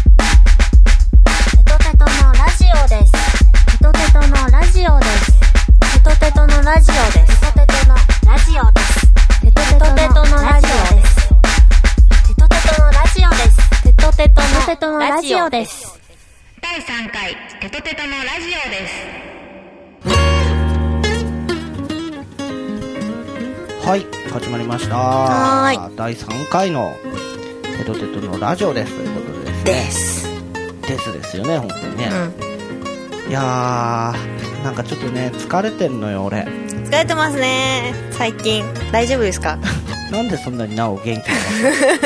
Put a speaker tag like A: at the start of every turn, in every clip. A: テトテトのラジオです。テトテトのラジオです。テトテトのラジオです。テトテトのラジオです。テトテトのラジオです。テトテトのラジオです。テトテトのラジオです。
B: 第3回テトテトのラジオです
C: はい始まりました
A: は
C: 第3回の「テトテトのラジオ」ですということでで
A: す。
C: すねですですよね本当にね
A: う、ん。
C: いやーなんかちょっとね疲れてんのよ俺
A: 疲れてますね。最近。大丈夫です か
C: なんでそんなになお元気な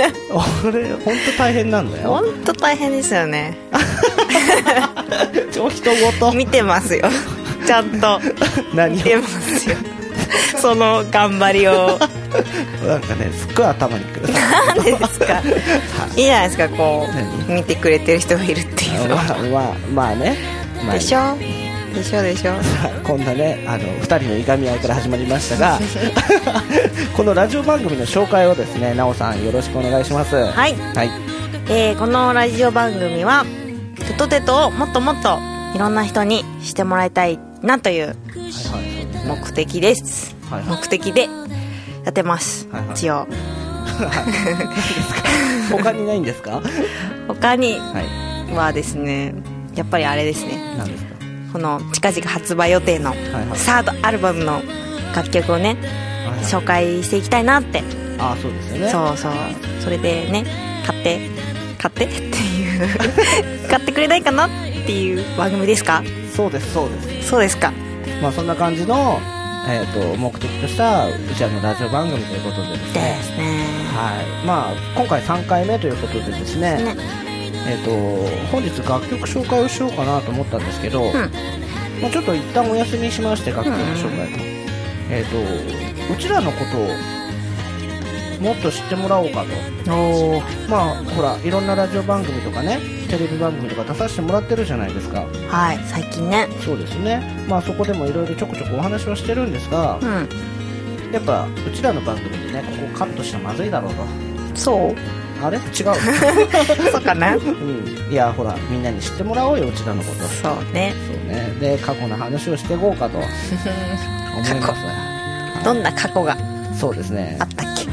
C: の俺本当大変なんだ
A: ほ
C: よ
A: んと大変ですよね。
C: 超人ごと
A: 見てます よ。ちゃんと。
C: 何
A: 見てます よ。その頑張りを。
C: をなんかねすっごい頭にく る
A: なんでですか。 いいじゃないですか、こう、見てくれてる人がいるっていうのは。
C: まあまあまあねまあ
A: でしょでしょでしょ
C: こんなねあの2人のいがみ合いから始まりましたが このラジオ番組の紹介をですねなおさんよろしくお願いしますはい
A: えーこのラジオ番組は「テトテト」をもっともっといろんな人にしてもらいたいなという目的です、
C: はいはい
A: 目的でやってます、
C: はいはい
A: 一応
C: 他にないんですか
A: 他に
C: はい
A: はですねやっぱりあれですね
C: 何ですか
A: この近々発売予定の
C: いはい
A: サードアルバムの楽曲をね紹介していきたいなって
C: ああそうですよね
A: そうそうそれでね買って買って っていう買ってくれないかなっていう番組ですか
C: そうですそうです
A: そうですか
C: まあそんな感じの、えー、と目的としたうちらのラジオ番組ということでです
A: で
C: ね
A: すね
C: はいまあ今回3回目ということでですね
A: ね
C: えー、と本日楽曲紹介をしようかなと思ったんですけど、
A: ん
C: もうちょっと一旦お休みしまして楽曲紹介の、えっ、とうちらのことをもっと知ってもらおうかと
A: おお
C: まあほらいろんなラジオ番組とかねテレビ番組とか出させてもらってるじゃないですか
A: はい最近ね
C: そうですねまあそこでもいろいろちょこちょこお話はしてるんですが
A: う、ん
C: やっぱうちらの番組でねここカットしたらまずいだろうと
A: そう
C: あれ違う、
A: そうかな
C: うん、いやほらみんなに知ってもらおうようちらのこと
A: そうね
C: そうね、で過去の話をしていこうかと思います
A: どんな過去が
C: そうですね
A: あったっけ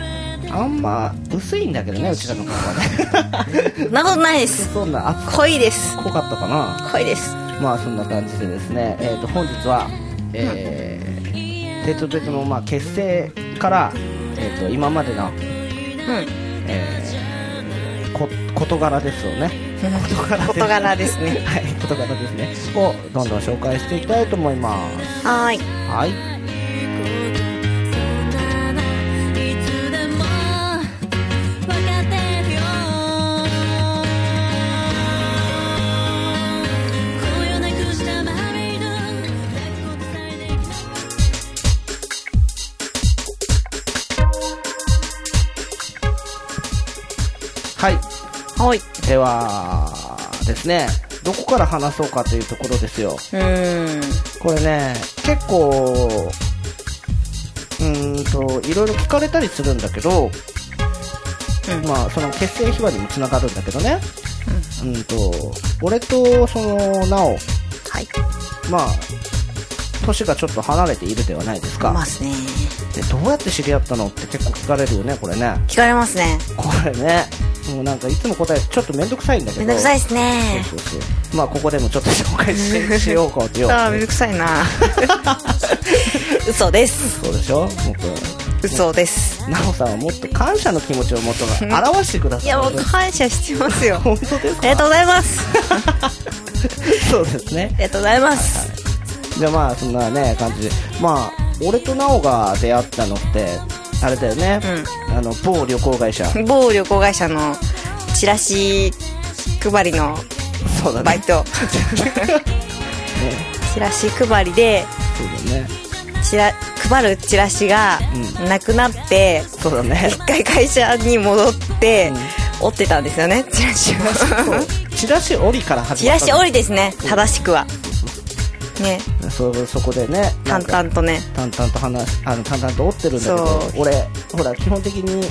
C: あんま薄いんだけどねうちらの過去はね
A: そんなことないです
C: そんなあ
A: 恋です
C: 濃かったかな
A: 恋です
C: まあそんな感じでですね、えー、と本日はえー、テトテトのまあ結成から、えー、と今までの、
A: うん
C: えーこ事柄ですよね事柄
A: 事柄ですね
C: はい事柄ですねをどんどん紹介していきたいと思います
A: はーい
C: はいはい
A: はい
C: ではですねどこから話そうかというところですよ
A: うーん
C: これね結構うーんといろいろ聞かれたりするんだけど、
A: うん
C: まあその結成秘話にもつながるんだけどねうんと俺とそのなお
A: はい
C: まあ年がちょっと離れているではないですか、
A: ますね
C: でどうやって知り合ったのって結構聞かれるよねこれね
A: 聞かれますね
C: これねもうなんかいつも答えちょっと面倒くさいんだけ
A: め
C: ど
A: んどくさいですね
C: そうそうそうまあここでもちょっと紹介し しようかとよ
A: ああめんどくさいな嘘です
C: そうでしょもうこ
A: 嘘です
C: れなおさんはもっと感謝の気持ちをもっと表してください
A: いやもう感謝してますよ
C: 本当です
A: ありがとうございます
C: そうですね
A: ありがとうございます
C: じゃあまあそんなね感じでまあ俺となおが出会ったのってあれだよね、あの某旅行会社
A: 某旅行会社のチラシ配りの
C: そうだ
A: バ
C: ね
A: イト
C: ね
A: チラシ配りで
C: そうだね
A: チラ配るチラシが
C: う
A: なくなって、
C: そうだね
A: 一回会社に戻って、折ってたんですよね チラシを
C: そうチラシ折りから始
A: チ
C: ま
A: ラ
C: った
A: シ折りですね正しくはね
C: そそこでねな
A: 淡
C: んか
A: 々とね
C: 淡々と話あの淡々と追ってるんだけど
A: そう
C: 俺ほら基本的に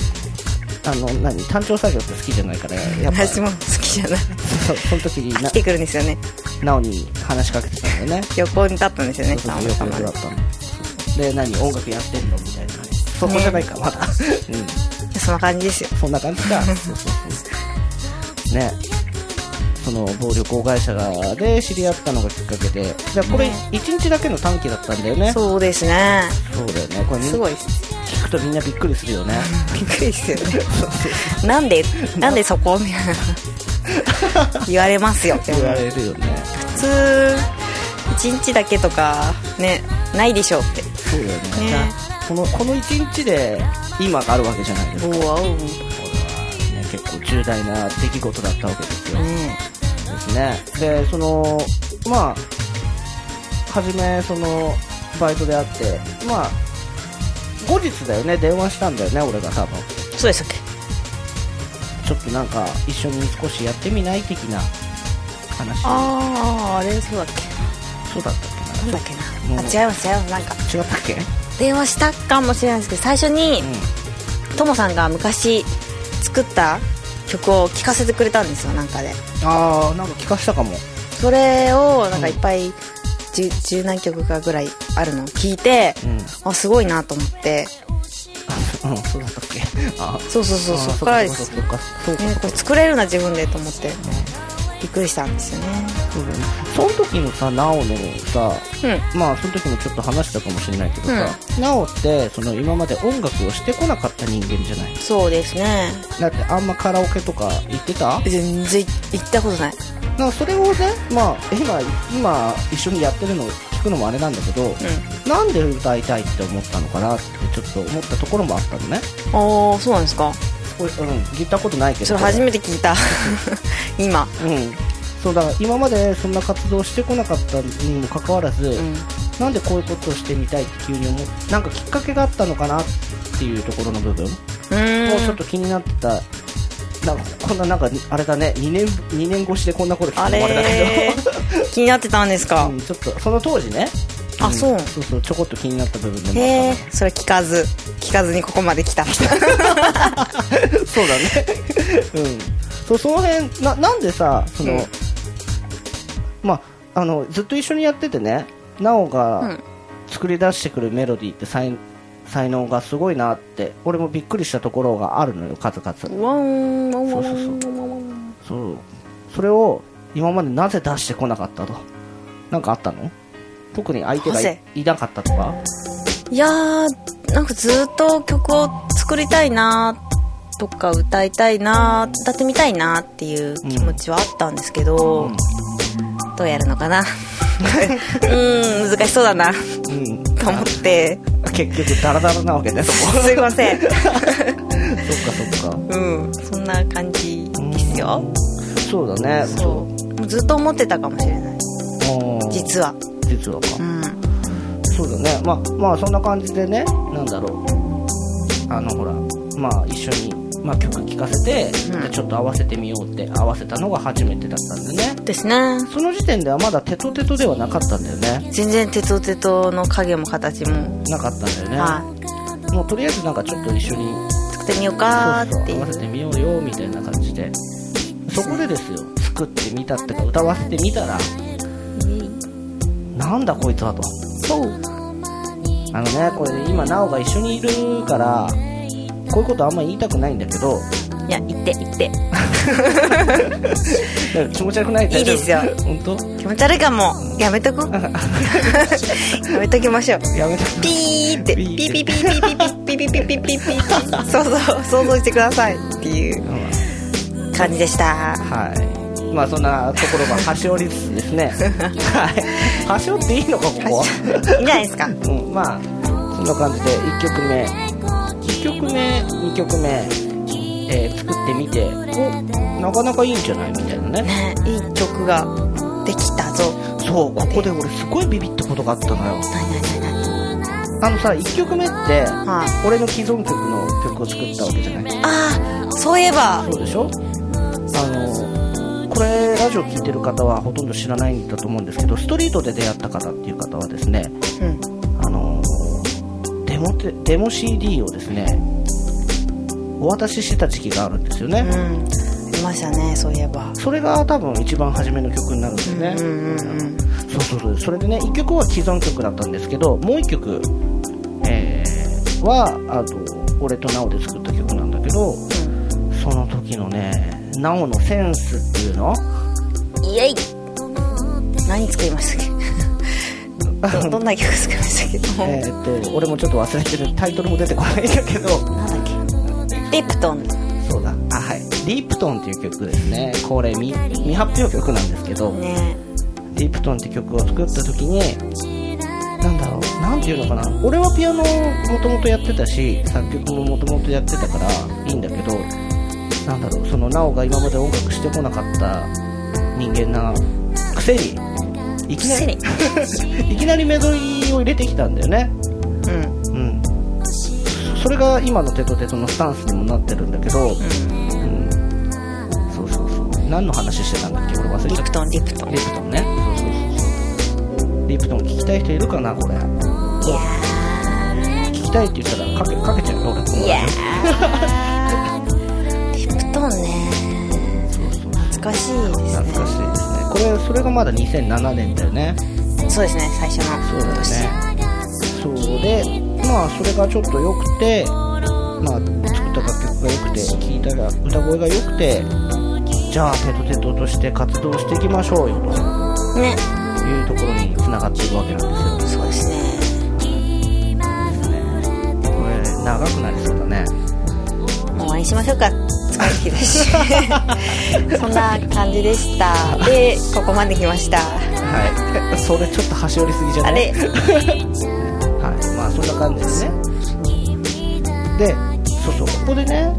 C: あの何単調作業って好きじゃないからやっぱ
A: 私も好きじゃない
C: そその時にな
A: 来てくるんですよね
C: なおに話しかけてたんだよね
A: 横に立ったんですよね
C: そう
A: さ
C: そ
A: ん
C: う
A: ま
C: よく
A: さま
C: だったので何音楽やってんのみたいなそこじゃない か、まだうん
A: そんな感じですよ
C: そんな感じかそうそうそうねその暴力を会社がで知り合ったのがきっかけでじゃあこれ
A: ね
C: 1日だけの短期だったんだよね
A: そうですね
C: そうだよねこれみん
A: すごいです
C: 聞くとみんなびっくりするよね
A: びっくりですよねなんでなんでそこみたいな 言われますよでも
C: 言われるよね
A: 普通1日だけとかねないでしょうって
C: そうだよね
A: ね
C: じゃあこのこの1日で今があるわけじゃないですかこ
A: おお
C: れは、ね、結構重大な出来事だったわけですよ、
A: ね
C: ですねでそのまあ初めそのバイトであってまあ後日だよね電話したんだよね俺が多分
A: そうでしたっけ
C: ちょっとなんか一緒に少しやってみない的な話
A: あああれそうだっ
C: そうだったっ
A: けなんだっけなあ
C: うん
A: 違います違いますなんか
C: けな違ったっけ
A: 電話したかもしれないですけど最初に
C: う
A: ともさんが昔作った曲を聴かせてくれたんですよなんかで
C: んああなんか聞かしたかも
A: それをなんか
C: うん
A: いっぱい十十何曲かぐらいあるのを聞いて、
C: う
A: あすごいなと思って
C: うんそうだったっけあ
A: そうそうそうそっからです
C: そうかそうか
A: ね、これ作れるな自分でと思ってびっくりしたんですよね
C: そうだねその時のさなおのさ
A: うん
C: まあその時もちょっと話したかもしれないけどさ、なおってその今まで音楽をしてこなかった人間じゃない
A: そうですね
C: だってあんまカラオケとか行ってた
A: 全然行ったことない
C: なんかそれをねまあ今今一緒にやってるのを聞くのもあれなんだけど、なんで歌いたいって思ったのかなってちょっと思ったところもあったのね
A: ああそうなんですか
C: これうん聞いたことないけど
A: それ初めて聞いた今
C: うんそうだから今までそんな活動してこなかったにもかかわらず、
A: うん
C: なんでこういうことをしてみたいって急に思っなんかきっかけがあったのかなっていうところの部分
A: う
C: もうちょっ
A: ーん
C: と気になってたなんかこんななんかあれだね2年2年越しでこんなこと聞くの
A: あ
C: もあれだ
A: れ
C: け
A: ー気になってたんです
C: ど、
A: か、
C: うん、ちょっとその当時ね
A: あ
C: ん
A: そう
C: そうそうちょこっと気になった部分でも
A: へえ
C: あっ
A: それ聞かず聞かずにここまで来 た
C: たのそうだね うんそうその辺ななんでさその、
A: うん
C: まああのずっと一緒にやっててねなお
A: う
C: が
A: ん
C: 作り出してくるメロディーって才才能がすごいなって俺もびっくりしたところがあるのよ数々
A: ワンワンワン
C: そうそう
A: ワンワンワン
C: そうそれを今までなぜ出してこなかったとなんかあったの特に相手が
A: ホセ
C: いいなかったとか
A: いやーなんかずっと曲を作りたいなとか歌いたいな歌ってみたいなっていう気持ちはあったんですけど、
C: ん
A: どうやるのかなうーん難しそうだな
C: うん
A: と思って
C: 結局ダラダラなわけねそ こ
A: すいません
C: そっかそっか
A: うんそんな感じですよ
C: そうだね
A: そうもうずっと思ってたかもしれない
C: うん
A: 実は
C: 実はか
A: うん
C: そうだねまあまあそんな感じでねなんだろうあのほらまあ一緒に、まあ、曲聴かせて、
A: うん
C: ちょっと合わせてみようって合わせたのが初めてだったんでね
A: ですね
C: その時点ではまだテトテトではなかったんだよね
A: 全然鉄オテトの影も形も、
C: なかったんだよね、
A: は
C: もうとりあえずなんかちょっと一緒に
A: い、作ってみようかーってい
C: 合
A: う
C: わせてみようよみたいな感じでそこでですよ作ってみたってか歌わせてみたらなんだこいつはと
A: そう
C: あのねこれ今なおが一緒にいるからこういうことあんま言いたくないんだけど
A: いや言って言って
C: なんか気持ち悪くない
A: いいですよ
C: 大丈夫本当
A: 気持ち悪いかもやめとこ うやめときましょう
C: やめて
A: ピーってピーピーピーピーピーピーピーピーピーピーピーピー想像想像してくださいっていう感じでした
C: はいまあそんなところが端折りつつ ですねはい端折っていいのかここ
A: いいんじゃないですか
C: うん、まあそんな感じで1曲目1曲目2曲目、えー作ってみておなかなかいいんじゃないみたいなね
A: ねいい曲ができたぞ
C: そうここで俺すごいビビったことがあったのよ
A: なになになに
C: あのさ1曲目って
A: あ
C: 俺の既存曲の曲を作ったわけじゃない
A: あーそういえば
C: そうでしょあのこれラジオ聴いてる方はほとんど知らないんだと思うんですけどストリートで出会った方っていう方はですね
A: うん
C: あのーデモテデモ CD をですねお渡ししてた時期があるんですよね、
A: うんいましたねそういえば
C: それが多分一番初めの曲になるんですね、
A: うんうんうん
C: そうそうそうそれでね1曲は既存曲だったんですけどもう1曲、えーはあと俺と奈緒で作った曲なんだけどその時のね奈緒のセンスっていうの
A: イエイ何作りました っけどどんな曲作りましたっけ
C: えーっと俺もちょっと忘れてるタイトルも出てこないんだけど
A: なんだっけリプトン
C: そうだあはいリプトンっていう曲ですねこれ未未発表曲なんですけど、
A: ね
C: ディプトンって曲を作った時になんだろうなんていうのかな俺はピアノをもともとやってたし作曲ももともとやってたからいいんだけどなんだろうそのなおが今まで音楽してこなかった人間なくせにいきな
A: セ
C: り
A: リ
C: いきなりメドリーを入れてきたんだよね
A: うんうん
C: うんそれが今のテトテトのスタンスにもなってるんだけど、うん、そうそうそう何の話してたんだっけ俺忘れ
A: リ
C: ちゃっ
A: プ
C: た
A: トンリプトン
C: リプトンねリプトン聞きたい人いるかなこれ聞きたいって言ったらかけかけちゃうよ俺
A: いやーリプトンね
C: そうそう
A: 懐かしいですね
C: 懐かしいですねこれそれがまだ2007年だよね
A: そうですね最初
C: そう
A: の
C: だよねそうでまあそれがちょっと良くてまあ作った楽曲が良くて聴いたら歌声が良くてじゃあテトテトとして活動していきましょうよと
A: ね
C: いうところに繋がっているわけなんですよ
A: そうですね
C: これ長くなりそうだね
A: もう終わりにしましょうか疲れてきたしそんな感じでした でここまで来ました
C: はい それちょっと端折りすぎじゃな
A: あ
C: い
A: れ
C: はい、まあそんな感じですねでそうそうここでね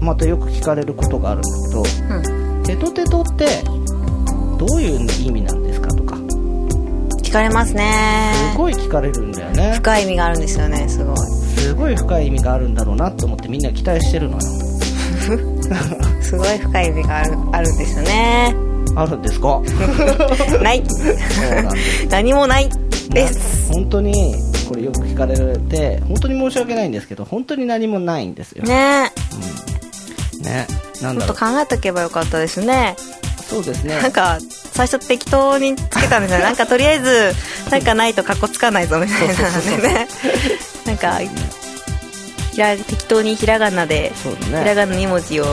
C: またよく聞かれることがあるんだけど
A: うん
C: 「テトテト」ってどういう意味なんですかとかす
A: 聞かれますね
C: ごい聞かれるんだよね
A: 深い意味があるんですよねすごい
C: すごい深い意味があるんだろうなと思ってみんな期待してるのよ
A: すごい深い意味があるあるんですよね
C: あるんで すか
A: ない
C: そうなんです
A: 何もないで
C: な
A: す
C: 本当にこれよく聞かれて本当に申し訳ないんですけど本当に何もないんですよね
A: ね
C: なん
A: も
C: だ
A: っ
C: ろ
A: と
C: う
A: 考えとけばよかったですね
C: そうですね
A: なんか最初適当につけたん ですよなんかとりあえずなんかないとかっこつかないぞみたいな
C: そうそうそ
A: の
C: う
A: でね なんかひら適当にひらがなで
C: そう
A: ひ
C: だ
A: ら
C: ね
A: がな2文字を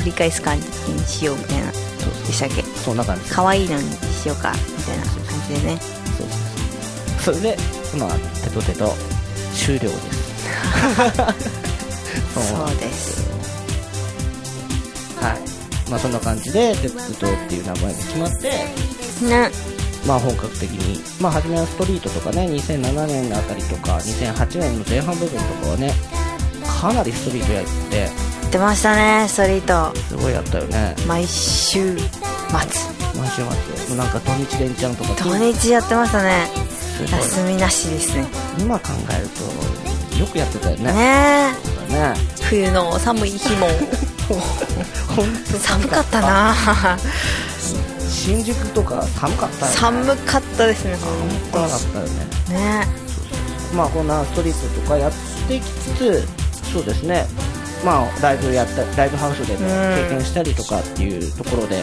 A: 繰り返す感じにしようみたいなで
C: そうそう
A: したっけ
C: そんな感じ
A: 可愛いのにしようかみたいな感じでね
C: そうそうそうそれでまあテトテト終了です
A: そうです
C: はいまあそんな感じでテトテトっていう名前が決まって
A: ね
C: まあ本格的にまあ初めはストリートとかね2007年のあたりとか2008年の前半部分とかはねかなりストリートやって
A: 出ましたねストリート
C: すごいやったよね
A: 毎週末
C: 毎週末もうなんか土日連チャンとか
A: 土日やってましたね
C: すごい
A: 休みなしですね
C: 今考えるとよくやってたよね
A: ね
C: ね
A: え冬の寒い日も
C: 本当
A: 寒かったな
C: 新宿とか寒かったよね
A: 寒かったですね
C: 寒くなかったよね
A: ね
C: まあこんなストリートとかやってきつつそうですねまあライブやったライブハウスでも経験したりとかっていうところで、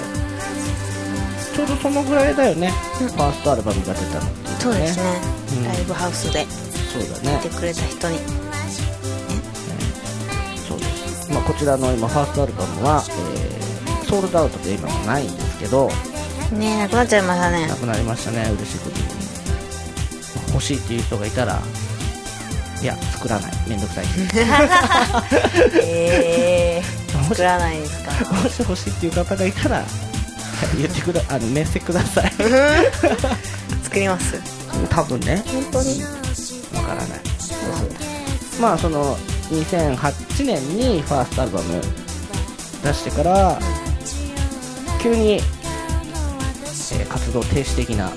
C: ちょうどそのぐらいだよね、ファーストアルバムが出たのってい
A: そうですね
C: うん
A: ライブハウスで
C: そうだね
A: 来てくれた人に
C: そうです、まあ、こちらの今ファーストアルバムは、えーソールドアウトで今もないんですけど
A: ねえなくなっちゃいましたね
C: なくなりましたね嬉しいことにまあ欲しいっていう人がいたらいや作らないめんどくさい
A: えー、
C: も
A: 作
C: し
A: らないんですか
C: もし欲しいっていう方がいたら言ってくだあのメッセください
A: 作ります
C: 多分ね
A: 本当に
C: わからないまあその2008年にファーストアルバム出してから急に、えー活動停止的な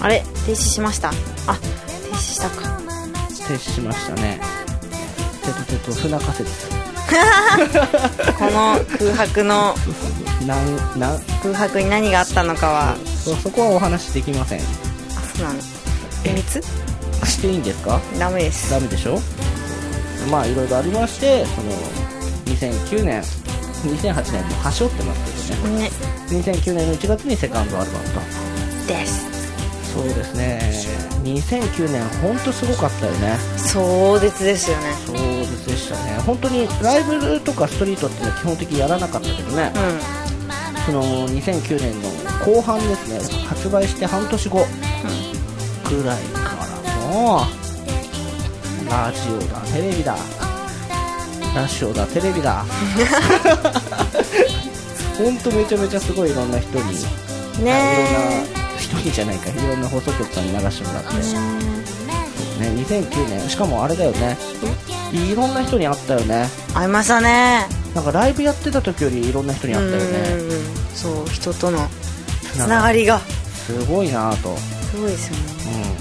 A: あれ停止しましたあ 停止したか
C: 停止しましたねテトテト不仲説
A: この空白の
C: なんなん
A: 空白に何があったのかは
C: そそこはお話しできません
A: あそうなの秘密
C: していいんですか
A: ダメです
C: ダメでしょまあいろいろありましてその2009年2008年も端折ってますけどね
A: ね
C: 2009年の1月にセカンドアルバムと
A: です
C: そうですね2009年ほんとすごかったよね
A: 壮絶ですよね
C: そうでしたね本当にライブとかストリートっていうのは基本的にやらなかったけどね
A: うん
C: その2009年の後半ですね発売して半年後ぐらいからもうラジオだテレビだラジオだテレビだ ほんとめちゃめちゃすごいいろんな人に
A: うんね
C: いろんな人にじゃないかいろんな放送局さんに流してもらって、ね、2009年しかもあれだよねいろんな人に会ったよね
A: 会いましたね
C: なんかライブやってた時よりいろんな人に会ったよね
A: うんそう人とのつ
C: なんか
A: ながりが
C: すごいなぁと、
A: すごいですよね
C: う
A: や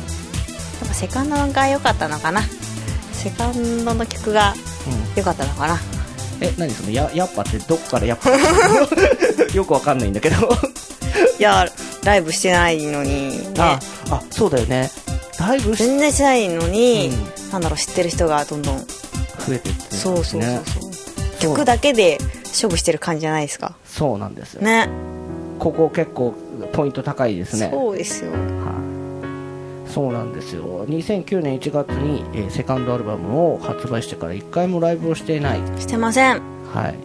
A: っぱセカンドが良かったのかなセカンドの曲が
C: んうん、
A: 良かったのかな
C: え何そのややっぱってどっからやっぱ よくわかんないんだけど
A: いやライブしてないのに、ね、
C: ああそうだよねだいぶし
A: 全然してないのに、
C: う
A: なんだろう知ってる人がどんどん
C: 増えてって、ね、
A: そうそうそうそう、
C: そう
A: 曲だけで勝負してる感じじゃないですか
C: そうなんですよ、
A: ね
C: ここ結構ポイント高いですね
A: そうですよ
C: はいそうなんですよ2009年1月に、えーセカンドアルバムを発売してから1回もライブをしていない、
A: してません
C: はい、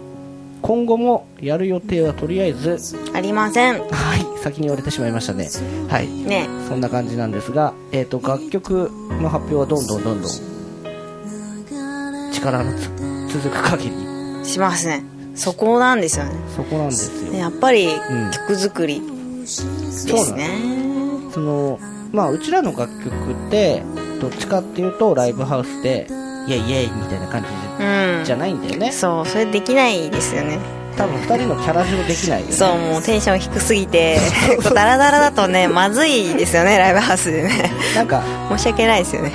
C: 今後もやる予定はとりあえず、
A: ありません
C: はい、先に言われてしまいましたね、はい、
A: ね
C: そんな感じなんですが、えー、と楽曲の発表はどんどんどんどん力のつ続く限り
A: しますねそこなんですよね
C: そこなんですよ、
A: ねやっぱり
C: ん
A: 曲作りですね、
C: そのまあうちらの楽曲ってどっちかっていうとライブハウスでイエイイエイみたいな感じ
A: うん
C: じゃないんだよね、
A: そうそれできないですよね
C: 多分2人のキャラ上できないよね
A: そうもうテンション低すぎてこうダラダラだとねまずいですよねライブハウスで ね
C: なんか
A: 申し訳ないですよね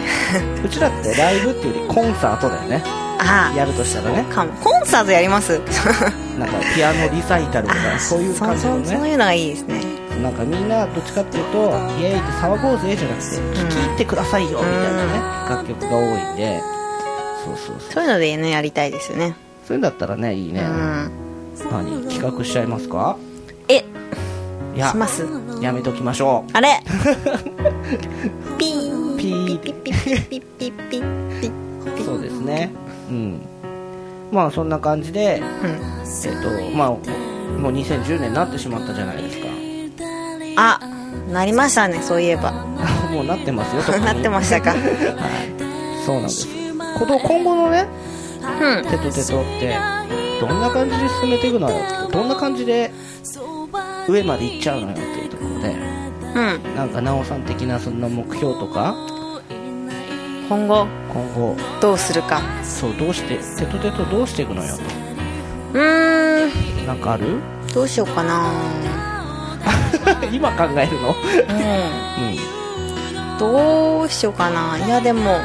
C: うちらってライブっていうよりコンサートだよね
A: あ
C: やるとしたらね
A: あかもコンサートやります
C: なんかピアノリサイタルとかそういう
A: そ
C: 感
A: う
C: じだ
A: そ
C: よ
A: うそう
C: ね
A: いうのがいいですね
C: なんかみんなどっちかっていうとイエイって騒ごうぜじゃなくて聞き入ってくださいよみたいなね楽曲が多いんでそうそうそう
A: そういうのでねやりたいですよね
C: そういうんだったらねいいうね
A: ん
C: 何企画しちゃいますか
A: え
C: いや
A: します
C: やめときましょ
A: あれピー
C: うピー
A: ピッピッピッピッピッピッピッピッ
C: そうですねうんまあそんな感じで
A: うん
C: えっとまあもう2010年になってしまったじゃないですか
A: あなりましたねそういえば
C: もうなってますよ特に
A: なってましたか
C: はいそうなんですこの今後のね
A: うん
C: テトテトってどんな感じで進めていくのよどんな感じで上まで行っちゃうのよっていうところで
A: うん
C: なんか奈緒さん的なそんな目標とか
A: 今後
C: 今後
A: どうするか
C: そうどうしてテトテトどうしていくのよと
A: うーん
C: なんかある
A: どうしようかな
C: 今考えるの
A: うん
C: うん
A: どうしようかないやでも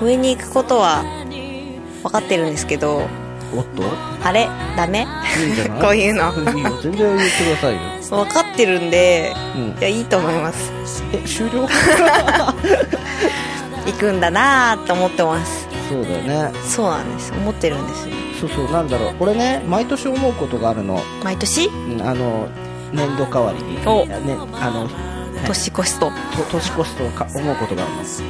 A: 上に行くことは分かってるんですけど
C: うんおっと
A: あれダメ
C: いいんじゃない
A: こういうの
C: いいよ全然言ってくださいよ、
A: 分かってるんで
C: うん
A: い、やいいと思います
C: え終了
A: 行くんだなーって思ってます
C: そうだよね
A: そうなんです思ってるんですよ
C: そうそうなんだろう俺ね毎年思うことがあるの
A: 毎年
C: うんあの年度変わりに、
A: お
C: ね、あの
A: 年越しと
C: と年越しとか思うことがあります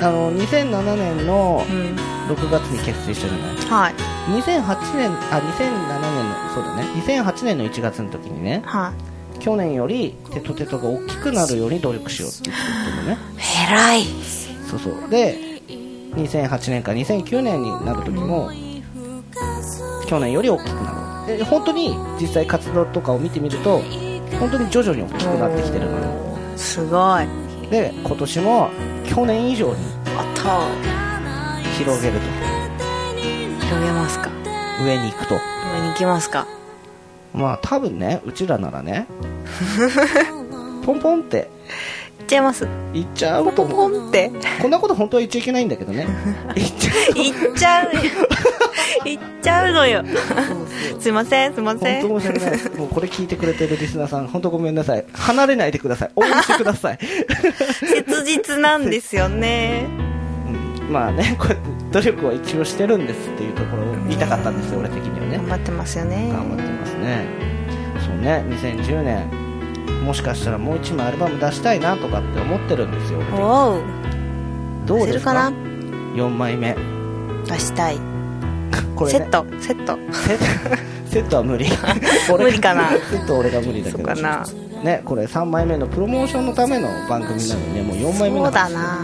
C: あの2007年の
A: うん
C: 6月に結成したじゃない
A: はい
C: 2008年あ2007年のそうだね2008年の1月の時にね
A: は
C: 去年よりテトテトが大きくなるように努力しようって言ってたのね
A: い偉い
C: そうそうで2008年から2009年になる時も、去年より大きくなるで本当に実際活動とかを見てみると本当に徐々に大きくなってきてるのよ
A: すごいや
C: で今年も去年以上に
A: った
C: 広げる
A: 広げますか
C: と上に行くと
A: 上に行きますか
C: まあ多分ねうちらならねポンポンって
A: っちゃいます
C: いっちゃうと
A: ポ
C: 思う
A: ンって
C: こんなこと本当は言っちゃいけないんだけ どね言っちゃ
A: いっちゃう よいっちゃうのよ
C: うそう
A: すいませんすいません
C: 本当申し訳ないもうこれ聞いてくれてるリスナーさん本当ごめんなさい離れないでください応援してください、
A: 切実なんですよね
C: うんまあねこうやって努力は一応してるんですっていうところを言いたかったんですよ俺的にはね
A: 頑張ってますよね
C: 頑張ってますねそうね2010年もしかしたらもう一枚アルバム出したいなとかって思ってるんですよ
A: おう
C: どう
A: 出
C: で
A: る
C: す
A: か
C: か
A: な
C: 4枚目
A: 出したい、
C: これ、
A: セ
C: ね、
A: ットセット
C: セット セットは無理俺
A: 無理かな
C: セットは俺が無理だけ
A: そう
C: ど
A: かな
C: ねこれ3枚目のプロモーションのための番組なのでもう4枚目
A: そ
C: の
A: うだ
C: 話
A: な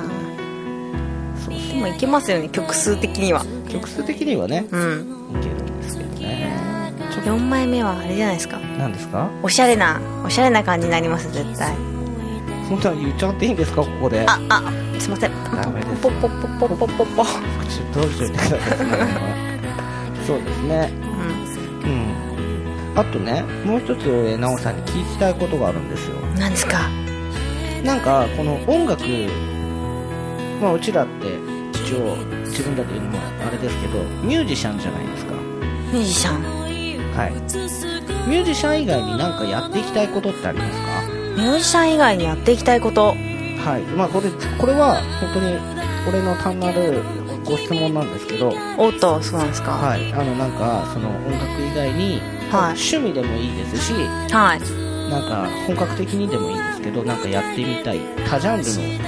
C: そう
A: でもいけますよね曲数的には
C: 曲数的にはね
A: うん
C: いけるんですけどねちょっ
A: 4枚目はあれじゃないですか
C: と何ですか
A: おしゃれなおしゃれな感じになります絶対
C: 本当は言っちゃっていいんですかここで
A: ああすいません
C: ダメです
A: ポポポポポポポポ、
C: 口どうしといてくださいその辺はそうですね
A: う
C: うんあとねもう一つえー奈緒さんに聞きたいことがあるんですよ
A: ん、なんですか
C: なんかこの音楽まあうちらって一応自分だけ言うのもあれですけどミュージシャンじゃないですか
A: ミュージシャン
C: はいミュージシャン以外になんかやっていきたいことってありますか
A: ミュージシャン以外にやっていきたいこと
C: はいまあこれこれは本当に俺の単なるご質問なんですけど
A: おっとそうなんですか
C: はいあのなんかその音楽以外に、
A: はい
C: 趣味でもいいですし
A: はい
C: なんか本格的にでもいいんですけどなんかやってみたい他ジャンルの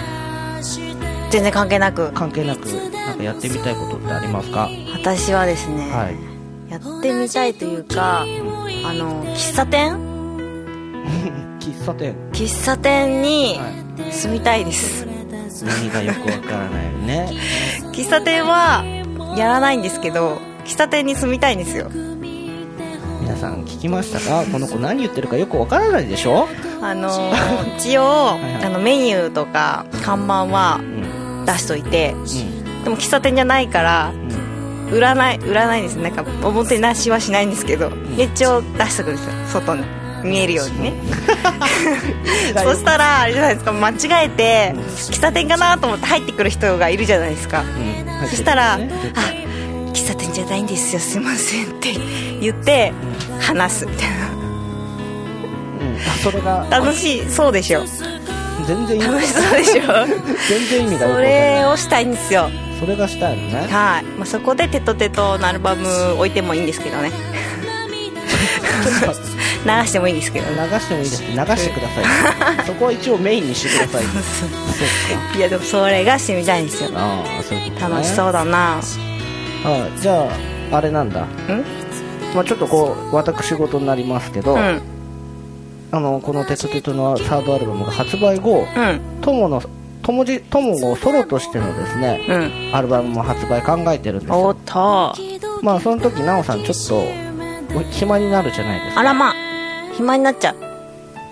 A: 全然関係なく
C: 関係なくなんかやってみたいことってありますか
A: 私はですね、
C: はい
A: やってみたいというかあの喫茶店
C: 喫茶店
A: 喫茶店に
C: は
A: 住みたいです、
C: 何がよくわからないよね
A: 喫茶店はやらないんですけど喫茶店に住みたいんですよ
C: 皆さん聞きましたかこの子何言ってるかよくわからないでしょ、
A: あのー一応
C: いはい
A: あのメニューとか看板は
C: うんうん
A: 出しといてでも喫茶店じゃないから売らない売らないですなんか表なしはしないんですけど一応出しとくんですよ外に見えるようにねそしたらあれじゃないですか間違えて喫茶店かなと思って入ってくる人がいるじゃないですか
C: うん
A: そしたら「あ
C: 入ってるね
A: 喫茶店じゃないんですよすいません」って言って話すみたい
C: うん、それが
A: な楽しいそうでしょ
C: 全然意
A: 楽し
C: 味
A: そうで しょ
C: 全然意味がよく
A: そ
C: わかん
A: れ
C: ない
A: をしたいんですよ
C: それがしたいのね
A: はい、まあ、そこで「テトテト」のアルバム置いてもいいんですけどね流してもいいんですけど
C: 流
A: ね
C: してもいいです流してくだ さいそこは一応メインにしてくださいそっか
A: いやでもそれがしてみたいんですよ
C: ああそういうことね
A: 楽しそうだな
C: ああじゃああれなんだまあちょっとこう私事になりますけど、
A: うん
C: あのこの「テトテト」のサードアルバムが発売後
A: うん
C: 友の友じ友をソロとしてのですね
A: うん
C: アルバムも発売考えてるんです
A: お
C: よ
A: っと
C: まあその時奈緒さんちょっとお暇になるじゃないですか
A: あらまあ暇になっちゃ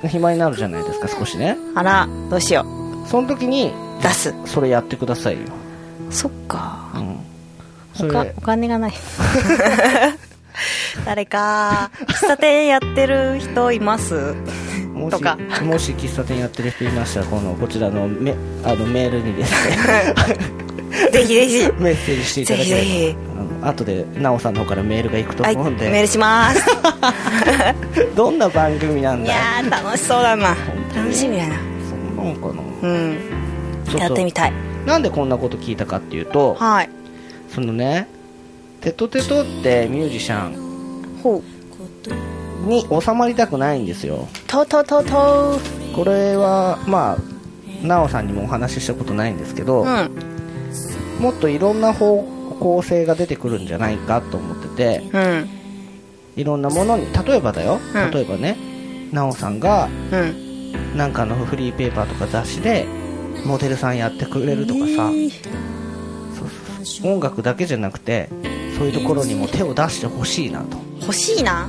A: う
C: 暇になるじゃないですか少しね
A: あらどうしよう
C: その時に
A: 出す
C: それやってくださいよ、
A: そっか
C: うん、そ
A: おか
C: れ
A: お金がない 誰か喫茶店やってる人います
C: もし
A: とか
C: もし喫茶店やってる人いましたらこのこちらのメあのメールにで すね
A: ぜひぜひ
C: メッセージしていただきた
A: ぜひぜ
C: い
A: ひ
C: あの後で奈緒さんの方からメールがいくと
A: はい
C: 思うん
A: メール
C: で
A: し ます
C: どんな番組なん
A: い
C: だ
A: やー楽しそうだな
C: 本当に
A: 楽しみだな
C: そんなもんかな
A: うん
C: そうそう
A: やってみたい
C: なんでこんなこと聞いたかっていうと
A: はい
C: そのねテトテトってミュージシャン
A: ほう
C: に収まりたくないんですよ
A: とうとうとうとう
C: これはまあ奈緒さんにもお話ししたことないんですけど、
A: うん
C: もっといろんな方向性が出てくるんじゃないかと思ってて
A: うん
C: いろんなものに例えばだよ、
A: うん
C: 例えばね奈緒さんが
A: うん
C: なんかのフリーペーパーとか雑誌でモデルさんやってくれるとかさ、そうそうそう音楽だけじゃなくてそういうところにも手を出してほしいなと、
A: 欲しいな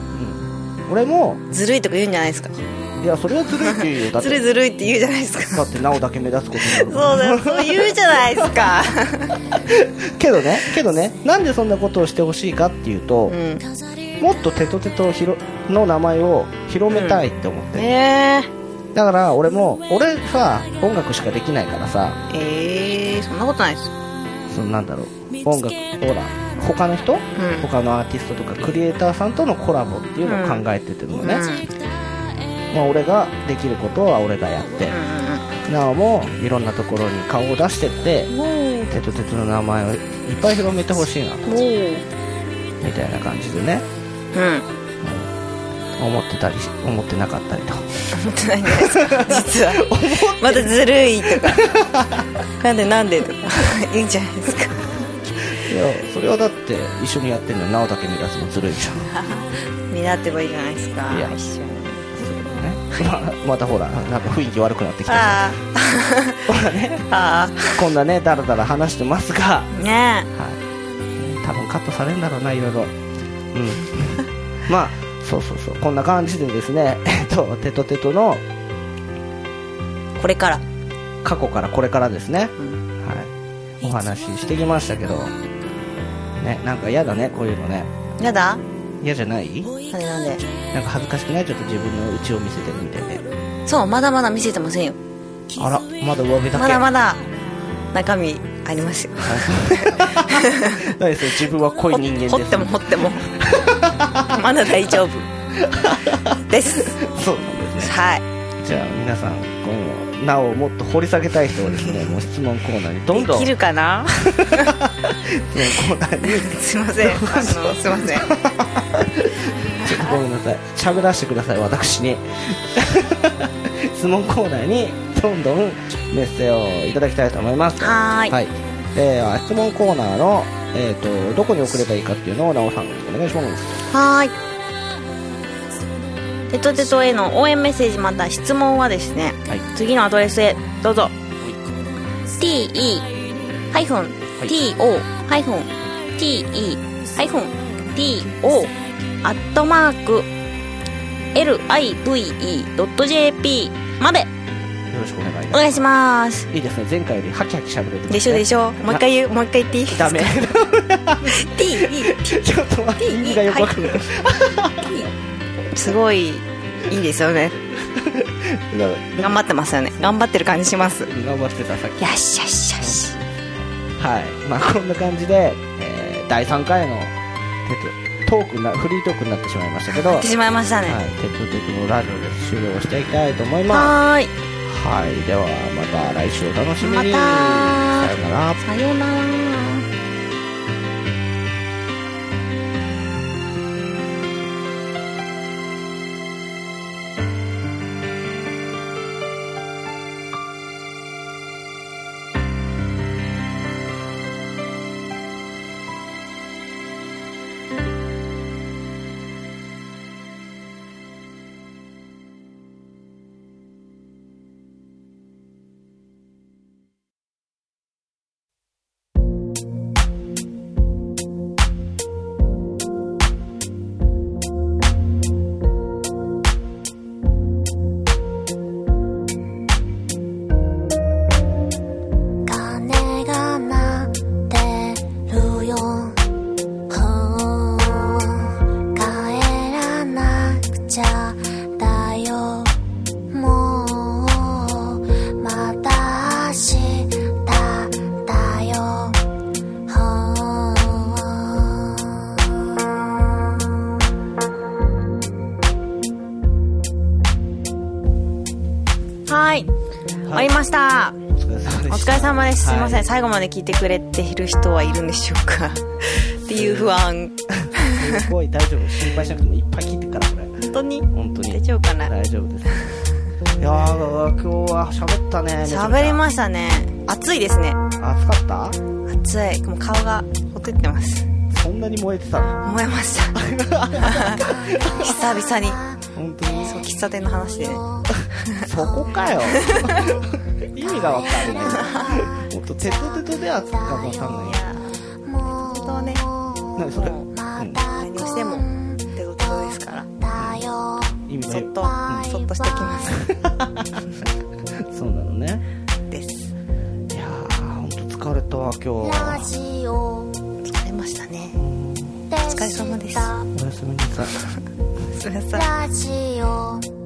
C: うん、俺も
A: ずるいとか言うんじゃないですか
C: いやそれはずるいって言うよだっ
A: ずるい
C: て
A: ずるいって言うじゃないですか
C: だって奈緒だけ目立つことにな
A: そ
C: る
A: う
C: もん
A: だよそう言うじゃないですか
C: けどねけどねなんでそんなことをしてほしいかっていうと、
A: うん
C: もっとテトテトを広の名前を広めたいって思って、
A: ええ
C: だから俺も俺さ音楽しかできないからさ
A: えー、そんなことないです
C: そのなんだろう音楽ほら他の人、他のアーティストとかクリエイターさんとのコラボっていうのを考えててるのね、まあ、俺ができることは俺がやって、なおもいろんなところに顔を出してって
A: うんうんうん
C: テトテトの名前をいっぱい広めてほしいな
A: おー
C: みたいな感じでね
A: うん
C: 思ってたりし思ってなかったりと
A: 思ってないんじゃないですか実はまたずるいとかなんでなんでとかいいんじゃないですか
C: いやそれはだって一緒にやってんのに直武目指すのずる いじゃ
A: 見習ってばいいじゃないですか
C: いや
A: 一緒に
C: ん、ね、ままたほらなんか雰囲気悪くなってきた
A: あ
C: ほらね
A: ああ
C: こんなねだらだら話してますが
A: あね
C: はい、多分カットされるんだろうないろい ろうんまあそうそうそうこんな感じでですね えっとテトテトの
A: えこれから
C: 過去からこれからですね、
A: ん
C: はい、お話ししてきましたけどねなんか嫌だねこういうのね
A: やだ
C: 嫌じゃない
A: なんでなんで
C: なんか恥ずかしくないちょっと自分の家を見せてるみたいで
A: そうまだまだ見せてませんよ
C: あらまだ上辺だけ
A: まだまだ中身ありますよ
C: 何ですよ自分は濃い人間です
A: 掘っても掘ってもまだ大丈夫です
C: そうなんですね
A: はい
C: じゃあ皆さん今後なおもっと掘り下げたい人はですねもう質問コーナーにどんどん
A: できるかな
C: 質問コーナーに
A: すいませんあのすいません
C: ちょっとごめんなさい。しゃぶらしてください、私 に。質問コーナーにどんどんメッセージをいただきたいと思います。
A: はーい
C: では質問コーナーの、えっ、と、どこに送ればいいかっていうのを、なおさん、お願いします。
A: はーい。テトテトへの応援メッセージまた質問はですね、
C: はい
A: 次のアドレスへどうぞ。t e t o t e t o アットマーク l i v e j p まで
C: よろしくお願いし
A: お
C: ま
A: 願いします。
C: す。いいですね、前回よりハキハキしゃべれてま
A: で
C: すね
A: しょでしょ。もう一回言う。もう一回言っていいですか
C: ダメ。
A: T E
C: ちょっと待って、意味がよくわかんない。
A: すごいいいですよね。
C: 頑
A: 頑張ってますよね。頑張ってる感じします。
C: 頑張ってた、さっき。
A: よしよしよし
C: はい、まあこんな感じで、えー第3回のテトトークなフリートークになってしまいましたけど、は
A: や っ
C: い、
A: て
C: テ
A: しまいましたね
C: トテトのラジオで終了していきたいと思いま
A: はーい
C: す。はい、ではまた来週お楽しみに。
A: また
C: さようなら。
A: さようなら
D: 鐘が鳴ってるよほう帰らなくちゃだよもうまた明日だよほう
A: はい終わりました
C: お疲れ様で
A: お疲れ様で
C: した。
A: すすいません、
C: はい
A: 最後まで聞いてくれている人はいるんでしょう かっていう不安
C: すごい大丈夫。心配しなくてもいっぱい聞いてるからこれ。
A: 本当に
C: 本当に
A: 大丈夫かな
C: 大丈夫です。いやー今日は喋ったね。
A: 喋り
C: す。
A: ましたね暑いですね
C: 暑かっ
A: 暑いもう顔がほてってます
C: た？そんなに燃えてたの？
A: 燃えました 久々に
C: 本当に。
A: そう喫茶店の話でね
C: そこかよ意味がわかん ないもっとテトテトで扱うかわかん
A: い
C: ない
A: や本当ね
C: 何それ、う、
A: もうん何をしてもデドデドですから
C: 意味
A: そ
C: が
A: っとそっとしてき ます
C: そうなのね
A: です
C: いやーほんと疲れたわ今
D: ラ
C: 日
D: ジオ
A: 疲れましたね
D: で
A: お疲れ様
D: し
A: です
D: た
C: おやすみなさい
A: すいません
D: ラジオで